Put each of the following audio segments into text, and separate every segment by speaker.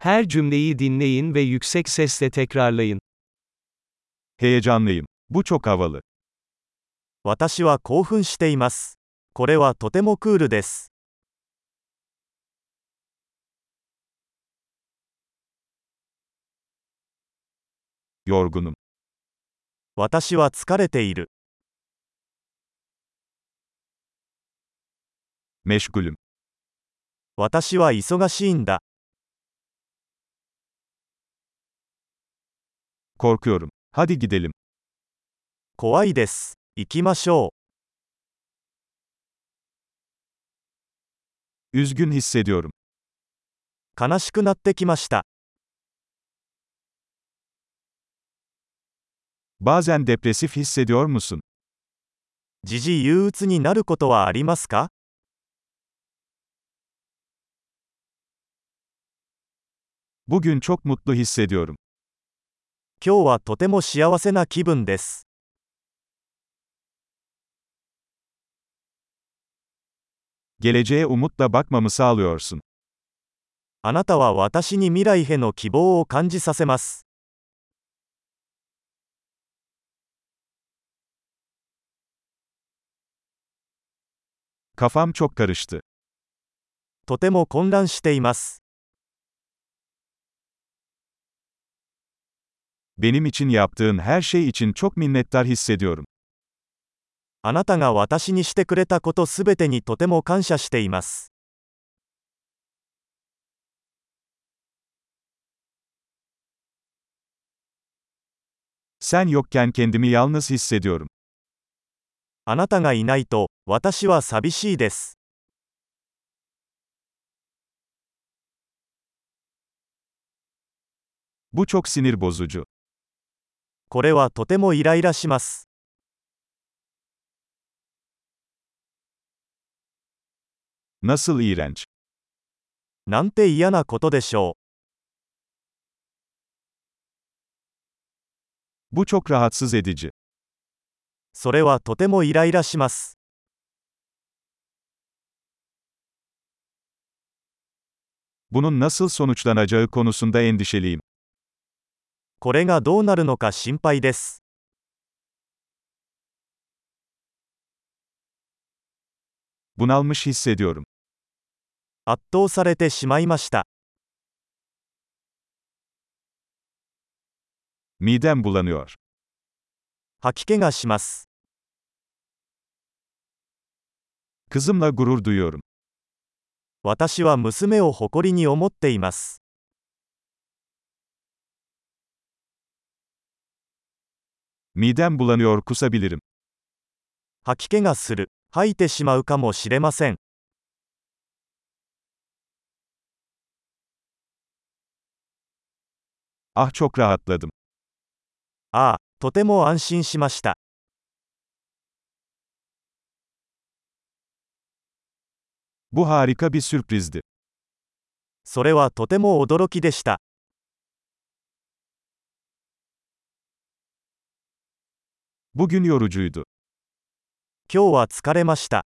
Speaker 1: Her cümleyi dinleyin ve yüksek sesle tekrarlayın.
Speaker 2: Heyecanlıyım. Bu çok havalı.
Speaker 3: 私は興奮しています。これはとてもクールです。
Speaker 2: Yorgunum.
Speaker 3: 私は疲れている。
Speaker 2: Meşgulüm.
Speaker 3: 私は忙しいんだ。
Speaker 2: Korkuyorum. Hadi gidelim.
Speaker 3: 怖いです。行きましょ
Speaker 2: Üzgün hissediyorum.
Speaker 3: う。悲しくなってきました。
Speaker 2: Bazen depresif hissediyor musun?
Speaker 3: 時々憂鬱になることはありますか
Speaker 2: Bugün çok mutlu hissediyorum.
Speaker 3: 今日はとても幸せな気分です。
Speaker 2: Geleceğe umutla bakmamı sağlıyorsun.
Speaker 3: あなたは私に未来への希望を感じさせます。
Speaker 2: Kafam çok karıştı.
Speaker 3: とても混乱しています。
Speaker 2: Benim için yaptığın her şey için çok minnettar hissediyorum.
Speaker 3: あなたが私にしてくれたことすべてにとても感謝しています。
Speaker 2: Sen yokken kendimi yalnız hissediyorum.
Speaker 3: あなたがいないと、私は寂しいです。
Speaker 2: Bu çok sinir bozucu.
Speaker 3: これはとてもイライラします。
Speaker 2: Nasıl iğrenç.
Speaker 3: なんて嫌なことでしょう。
Speaker 2: Bu çok rahatsız edici.
Speaker 3: それはとてもイライラします。
Speaker 2: Bunun nasıl sonuçlanacağı konusunda endişeliyim.
Speaker 3: これがどうなるのか心配です。
Speaker 2: Bunalmış hissediyorum.
Speaker 3: 圧倒されてしまいました。
Speaker 2: Midem bulanıyor.
Speaker 3: 吐き気がします。
Speaker 2: Kızımla gurur duyuyorum.
Speaker 3: 私は娘を誇りに思っています。
Speaker 2: Midem bulanıyor kusabilirim.
Speaker 3: 吐き気がする。吐いてしまうかもしれません。
Speaker 2: Ah çok rahatladım.
Speaker 3: ああ、とても安心しました。
Speaker 2: Bu harika bir sürprizdi.
Speaker 3: それはとても驚きでした。
Speaker 2: Bugün yorucuydu.
Speaker 3: 今日は疲れました。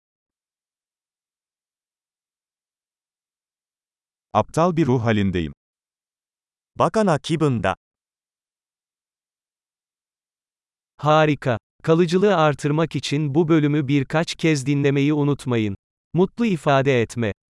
Speaker 2: Aptal bir ruh halindeyim.
Speaker 3: バカな気分だ。
Speaker 1: Harika. Kalıcılığı artırmak için bu bölümü birkaç kez dinlemeyi unutmayın. Mutlu ifade etme